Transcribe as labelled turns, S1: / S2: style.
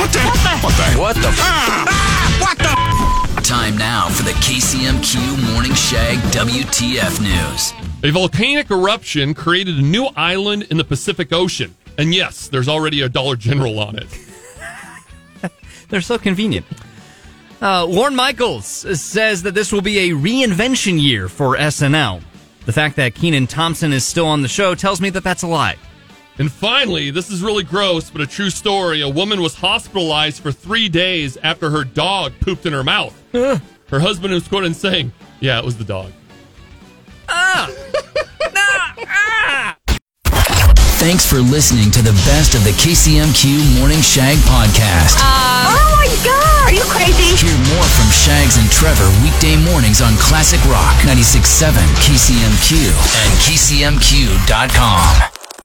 S1: apple thing.
S2: What the? F-
S1: Ah, ah, what the?
S3: Time now for the KCMQ Morning Shag WTF News.
S4: A volcanic eruption created a new island in the Pacific Ocean. And yes, there's already a Dollar General on it.
S5: They're so convenient. Uh, Lorne Michaels says that this will be a reinvention year for SNL. The fact that Keenan Thompson is still on the show tells me that that's a lie.
S4: And finally, this is really gross, but a true story. A woman was hospitalized for three days after her dog pooped in her mouth. Her husband was quoted as saying, Yeah, it was the dog.
S3: Thanks for listening to the best of the KCMQ Morning Shag podcast.
S1: Ah.
S6: oh my god! Are you crazy?
S3: Hear more from Shags and Trevor weekday mornings on Classic Rock 96.7, KCMQ, and KCMQ.com.